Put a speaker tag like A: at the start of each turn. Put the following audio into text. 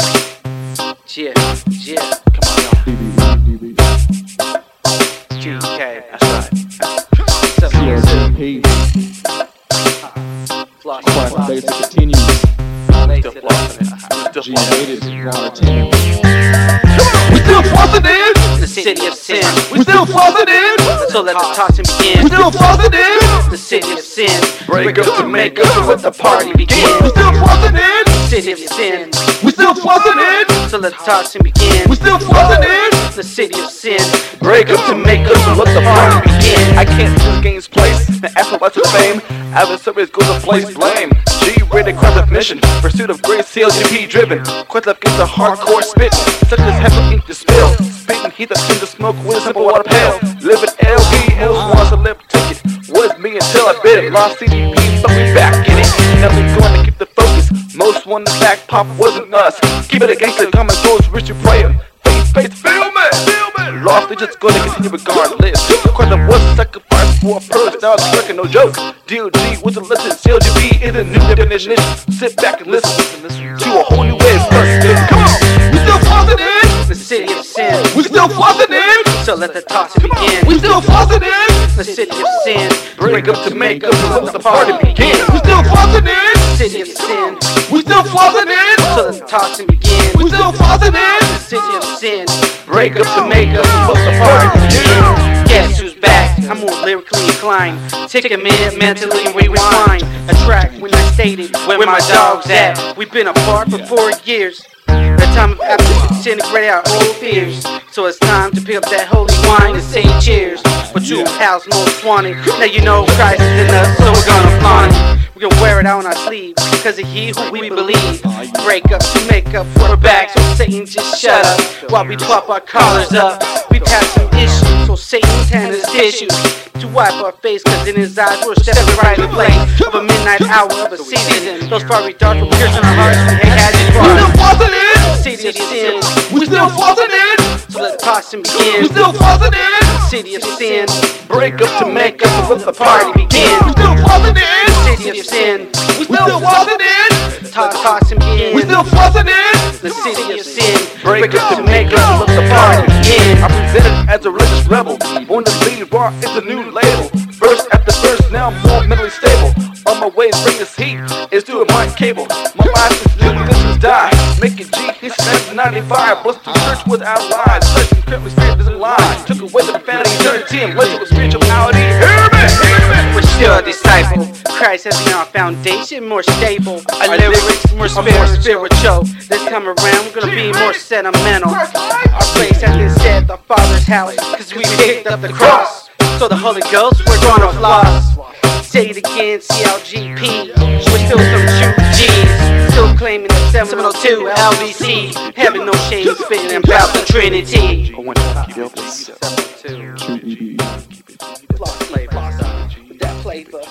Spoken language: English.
A: Yeah, yeah, come on now.
B: DB,
A: UK, that's right. Seven, zero,
B: CRGP,
A: floss,
B: quite
A: floss,
B: basic continues,
A: lace it, floss it.
B: G-rated, round 10.
C: We still positive.
A: The city of sin,
C: We still positive.
A: so let the toxin begin.
C: We still positive.
A: The city of sin,
C: Break up to
A: make up to let the party
C: We
A: begin.
C: still positive.
A: City of sin,
C: We still positive.
A: so let the toxin begin.
C: We still positive.
A: The city of sin,
D: Break up to make up and let the party begin. I can't do games place, the afterlife of fame. Alan Service goes to place blame. G rated craft of mission, pursuit of great CLGP driven. Quest up gets a hardcore spit, such as heavy ink to spill. Spitting heat that's in the smoke with a simple water pail. Living LBLs E wants a lip ticket. Was me until I bit it. Lost CDP, but we back in it. Now we going to keep the focus. Most won the back pop wasn't us. Keep it against the common goals, Richard Prayer. Face, face, film it, film it. Lost, they just gonna continue regardless. Quite the was sacrifice for a purpose, now it's working, no joke. DOG was a lesson, CLGB is a new definition. Sit back and listen, listen to a whole new way of person. Come on!
C: We still positive.
A: the city of sin,
C: We still positive.
A: so let the toxin begin.
C: We still positive.
A: The city of sin,
D: Break up to make up, and let the party begin.
C: We still positive.
A: city of sin,
C: We still
A: so
C: positive.
A: let the toxin begin.
C: We still positive.
A: The city of sin,
D: Break up to make up, and let the party begin.
A: Guess who's back? I'm more lyrically inclined. Take a minute, mentally rewind. A track when I stated where my dog's at. We've been apart for four years. That time of absence disintegrated our old fears. So it's time to pick up that holy wine and say cheers. But you house most wanted. Now you know Christ is in us, so we're gonna flaunt it. We're gonna wear it out on our sleeve. Because of he who we believe. Break up to make up. We're back, so Satan just shut up. While we pop our collars up. We've had some issues, so Satan's hand is tissue to wipe our face, cause in his eyes we're stepping right in the place of a midnight hour of a season. Those fiery darts will pierce in our hearts and hate has it
C: We still
A: far.
C: positive.
A: City of sin,
C: We still positive.
A: so let the toxin
C: We
A: begin.
C: still positive.
A: City of sin,
D: Break up to make up, and let the party begin.
C: We still positive.
A: city of sin,
C: We still positive.
A: to- toxin begin.
C: We still positive.
A: The city of sin,
D: Break up to make up, and let the party begin. I'm presented as a religious rebel. On the lead bar is a new label. Verse after verse, now I'm more mentally stable. On my way, bring this heat. It's doing my cable. My mind is new, this is die. Making G, he smashed 95. Blessed the church without lies. Such incredible spirit doesn't lie. Took away the profanity, turned 10. Let's go spirituality. Hear me, hear me.
A: we're still a disciple. Christ has been our foundation, more stable. Our lyrics more spirit, spiritual. This time around, we're gonna be more sentimental. Our place has been set, the Father's house, cause we picked up the cross. So the Holy Ghost, we're gonna floss. Say it again, CLGP. We're still some true G's. Still claiming the 702 LBC. Having no shame, spitting about the Trinity.
B: True DB.
A: Floss flavor, that flavor.